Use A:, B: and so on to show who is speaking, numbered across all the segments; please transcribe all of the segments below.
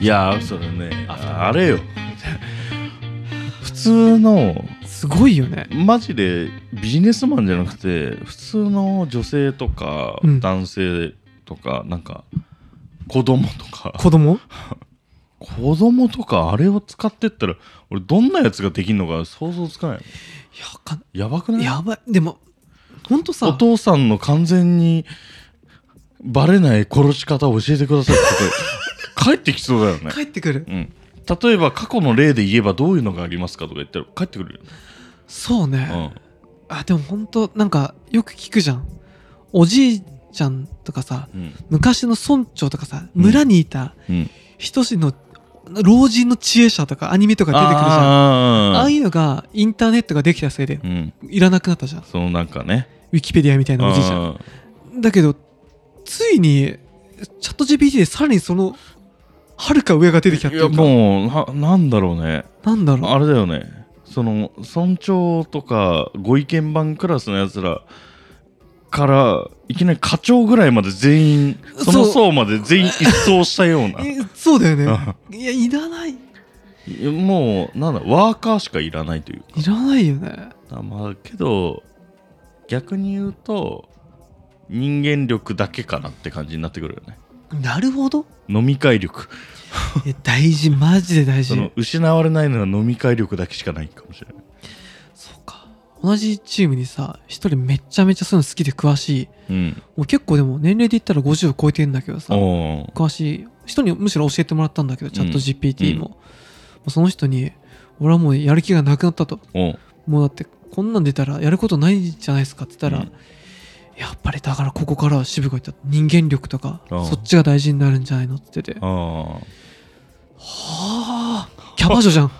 A: いやそれねあれよ普通の
B: すごいよね
A: マジでビジネスマンじゃなくて普通の女性とか
B: うん
A: 男性とか、なんか子供とか
B: 子供
A: 子供とかあれを使ってったら俺どんなやつができるのか想像つかないの
B: いやわかん
A: やばくない
B: やばいでもほんとさ
A: お父さんの完全にバレない殺し方を教えてくださいってこと帰ってきそうだよね、
B: 帰ってくる
A: うん、例えば過去の例で言えばどういうのがありますかとか言ったら帰ってくるよね、
B: そう
A: う
B: ね、
A: ん
B: あでもほんとなんかよく聞くじゃんおじいちゃんとかさ
A: うん
B: 昔の村長とかさ
A: うん
B: 村にいた
A: うん、
B: 人志の老人の知恵者とかアニメとか出てくるじゃんあ
A: あ
B: あ
A: ー
B: いうのがインターネットができたせいで
A: うん、
B: いらなくなったじゃんウ
A: そのなんかね
B: ィキペディアみたいなおじいちゃん
A: あ
B: だけどついにチャット GPT でさらにそのはるか上が出てきたっ
A: ー
B: て
A: い
B: いう
A: や
B: か
A: もうななんだろうね
B: なんだろ
A: あれだよねその村長とかご意見番クラスのやつらからいきなり課長ぐらいまで全員その
B: そう
A: 層まで全員一掃したよう
B: うえそうだよね
A: な
B: いやいらない
A: もうなんだワーカーしかいらないという
B: いらないよね
A: かまあけど逆に言うと人間力だけかなって感じになってくるよね
B: なる ほど
A: 飲み会力
B: いや大事マジで大事
A: その失われないのは飲み会力だけしかないかもしれない
B: そうか同じチームにさ一人めっちゃめちゃそういうの好きで詳しい
A: うん
B: もう結構でも年齢で言ったら50を超えてんだけどさ
A: おー
B: 詳しい人にむしろ教えてもらったんだけどチャット GPT も,、もうその人に俺はもうやる気がなくなったと
A: おー
B: もうだってこんなん出たらやることないんじゃないですかって言ったら、
A: うん
B: やっぱりだからここからは渋が言った人間力とか
A: ああ
B: そっちが大事になるんじゃないのって言ってては
A: あ
B: あキャバ嬢じゃ ん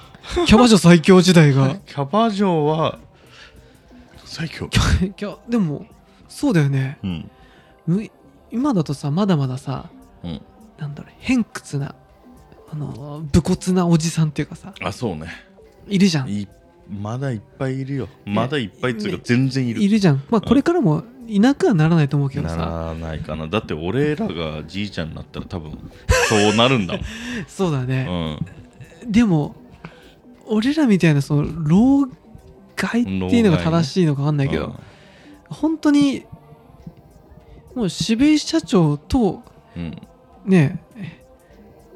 B: キャバ嬢最強時代が
A: あキャバ嬢は最強
B: キャキャでもそうだよね
A: うん
B: む今だとさまだまださ
A: うん
B: なんだろう偏屈なあの武骨なおじさんっていうかさ
A: あそうね
B: いるじゃん
A: いまだいっぱいいるよまだいっぱいっつうか全然いる
B: いるじゃんまあこれからもいなくはならないと思うけど
A: な
B: さ
A: らないかなだって俺らがじいちゃんになったら多分そうなるんだも
B: そうだね、
A: ん、
B: でも俺らみたいなその老害っていうのが正しいのか分かん
A: う、
B: なんいけど、本当にもう渋井社長と
A: うん
B: ね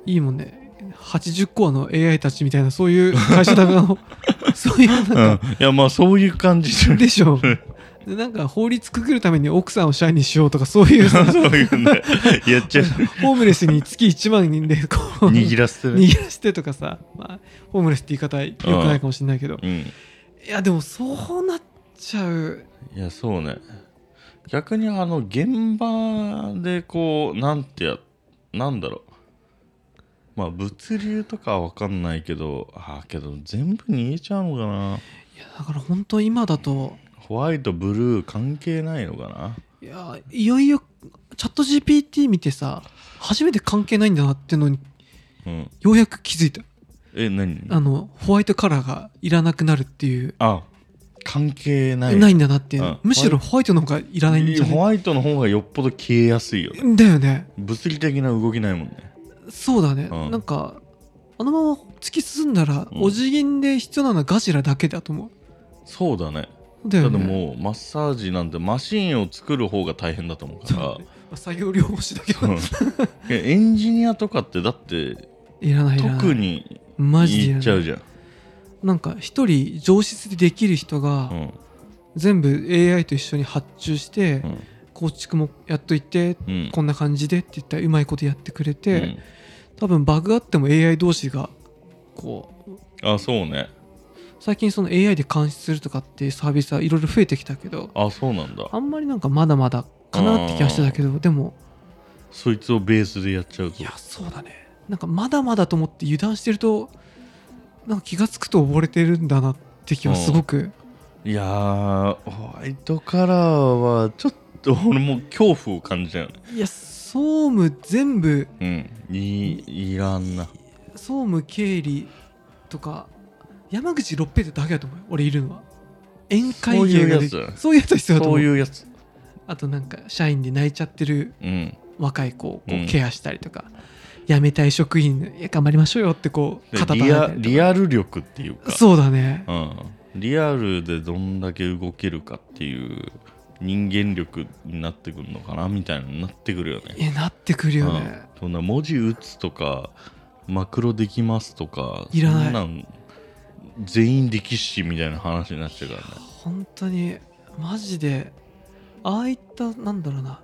B: いいもんね80個の AI たちみたいなそういう会社だの そういうなん
A: うん
B: か、
A: いやまあそういう感じする
B: でしょでなんか法律くぐるために奥さんを社員にしようとかそういうさ
A: そういうねやっちゃう
B: ホームレスに月1万人でこう
A: 握らせてる、
B: 握らせてとかさ、まあ、ホームレスって言い方よくないかもしれないけど
A: うん
B: いやでもそうなっちゃう
A: いやそうね逆にあの現場でこうなんてやなんだろうまあ物流とかは分かんないけどあーけど全部逃げちゃうのかない
B: やだから本当今だと
A: ホワイトブルー関係ないのかない
B: やいよいよチャット GPT 見てさ初めて関係ないんだなってのに
A: うん
B: ようやく気づいた
A: え何
B: あのホワイトカラーがいらなくなるっていう、
A: あ関係ない
B: ないんだなっていう
A: うん
B: むしろホワイトの方がいらないんじゃ
A: ホ
B: な
A: ワイトの方がよっぽど消えやすいよね
B: いだよね
A: 物理的な動きないもんね
B: そうだね、
A: うん
B: なんかあのまま突き進んだら、
A: うん
B: お辞儀で必要なのはガジラだけだと思
A: そうだね
B: うだ
A: た
B: よ
A: だ
B: ね
A: もうマッサージなんてマシンを作る方が大変だと思う
B: そう
A: から
B: ねまあ作業療法士だけど、
A: うんえエンジニアとかってだって
B: いらないいらない
A: 特に
B: マジでい
A: 言
B: ら
A: っちゃ
B: な
A: う
B: い
A: じゃん、
B: なんか一人上質でできる人が、
A: うん
B: 全部 AI と一緒に発注して、
A: うん
B: 構築もやっといて、
A: うん
B: こんな感じでって言ったらうまいことやってくれ
A: う
B: て、
A: ん
B: 多分バグあっても AI 同士がこう
A: あそうね
B: 最近その AI で監視するとかっていうサービスはいろいろ増えてきたけど
A: あそうなんだ
B: あんまりなんかまだまだかなって気がしてたけどでも
A: そいつをベースでやっちゃうと
B: いやそうだねなんかまだまだと思って油断してるとなんか気がつくと溺れてるんだなって気はすごく
A: いやーホワイトカラーはちょっと俺もう恐怖を感じちゃうね
B: いや総務全部
A: うんいいらんな
B: 総務経理とか山口六平ってだけだと思うよ俺いるのは宴会芸ができ
A: そういうやつ
B: そういうやつ必要だと
A: そ
B: 思
A: う
B: う
A: いうやつ
B: あとなんか社員で泣いちゃってる
A: うん
B: 若い子をこう
A: う
B: んケアしたりとか、辞めたい職員いや頑張りましょうよってこう
A: で
B: 語
A: リア
B: られ
A: リアル力っていうか
B: そうだね
A: うん、リアルでどんだけ動けるかっていう人間力になってくるのかなみたいになってくるよね。
B: えなってくるよね
A: うん、そんな文字打つとかマクロできますとか
B: いらない
A: そんなん全員力士みたいな話になっちゃうからね。
B: 本当にマジでああいったなんだろうな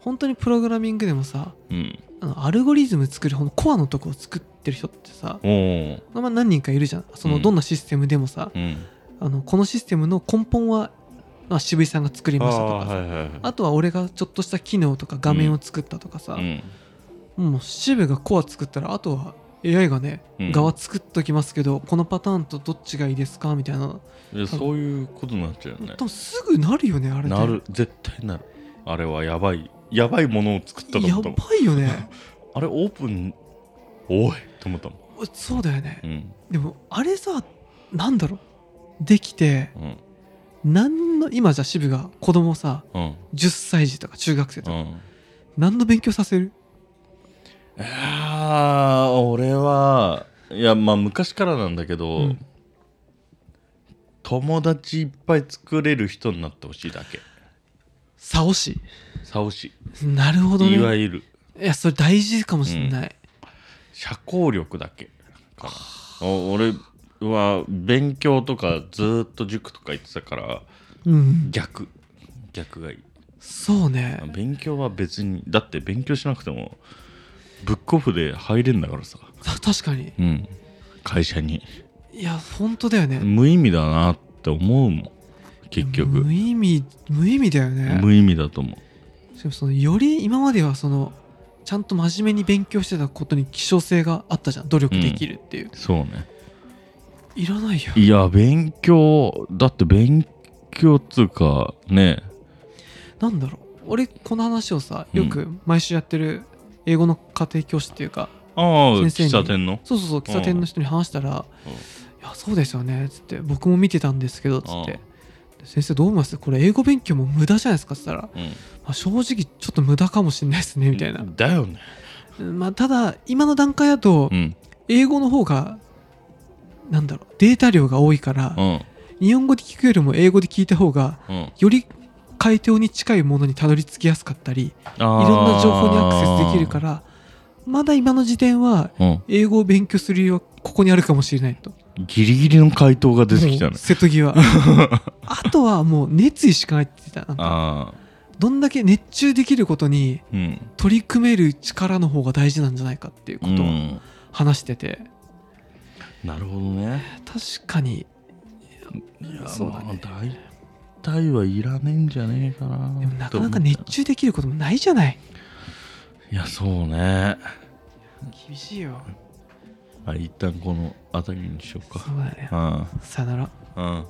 B: 本当にプログラミングでもさ
A: うん、
B: あのアルゴリズム作るほんコアのとこを作ってる人ってさ
A: おー
B: まあ何人かいるじゃんその
A: うん
B: どんなシステムでもさ、
A: うん、
B: あのこのシステムの根本は、まあ、渋井さんが作りましたとか
A: あ
B: さ
A: ーはいはいはい
B: あとは俺がちょっとした機能とか画面を作ったとかさ、
A: うん
B: もう渋がコア作ったらあとは AI がね、
A: うん
B: 側作っときますけどこのパターンとどっちがいいですかみたいな、
A: でそういうことになっちゃうよね
B: 多。分すぐなるよねあれね
A: なる絶対なる。あれはやばいやばいものを作ったと
B: や
A: 思った
B: ば
A: もん。
B: いよね
A: あれオープンおいと思ったもん。
B: そうだよね
A: うん
B: でもあれさなんだろうできて
A: うん
B: 何の今じゃあ渋が子供さ
A: うん
B: 10歳児とか中学生と
A: う
B: か、
A: ん。
B: 何の勉強させる
A: あー俺はいやまあ昔からなんだけど、
B: うん
A: 友達いっぱい作れる人になってほしいだけ
B: サオシ
A: サオシ
B: なるほど
A: いわ
B: ね
A: ゆる
B: いやそれ大事かもしんない、
A: 社交力だけかなお俺は勉強とかずーっと塾とか行ってたから
B: うん
A: 逆逆がいい
B: そうね
A: 勉強は別にだって勉強しなくてもブックオフで入れんだからさ
B: た確かに
A: うん会社に
B: いや本当だよね、
A: 無意味だなって思うもん結局
B: 無意味無意味だよね
A: 無意味だと思
B: しかもそのより今まではそのちゃんと真面目に勉強してたことに希少性があったじゃん努力できるっていう、
A: うそうね
B: いらないよ
A: いや勉強だって勉強っつうかね
B: なんだろう俺この話をさ
A: うん
B: よく毎週やってる英語の家庭教師っていうか、
A: あ
B: 先
A: あ
B: 生に
A: 喫茶店の
B: そうそうそう喫茶店の人に話したら「
A: うん
B: いやそうですよね」つって「僕も見てたんですけど」つっ
A: うん
B: て「先生どう思いますこれ英語勉強も無駄じゃないですか」つったら「ま
A: うん
B: あ、正直ちょっと無駄かもしれないですね」みたいな、
A: だよね
B: まあ、ただ今の段階だと
A: うん
B: 英語の方がなんだろうデータ量が多いから
A: うん
B: 日本語で聞くよりも英語で聞いた方が
A: うんい
B: より回答に近いものにたどり着きやすかったりいろんな情報にアクセスできるからまだ今の時点は
A: ら、うん、
B: 英語を勉強する理由はここにあるかもしれないと
A: ギリギリの回答が出てきた
B: も
A: ね
B: う瀬戸 際あとはもう熱意しかないって言ってたなんか
A: ああ
B: どんだけ熱中できることに
A: うん
B: 取り組める力の方が大事なんじゃないかっていうこ
A: う
B: とを
A: ん
B: 話してて、
A: なるほどね
B: 確かに
A: いや
B: そうだね
A: まあ大体はいらねえんじゃねえかな
B: でもなかな
A: と
B: か
A: 思っ
B: 熱
A: た
B: 中できることもないじゃない
A: いやそうね
B: 厳しいよ
A: あ一旦この辺りにしよう
B: そ
A: か
B: うだね
A: うん
B: さよなら
A: うん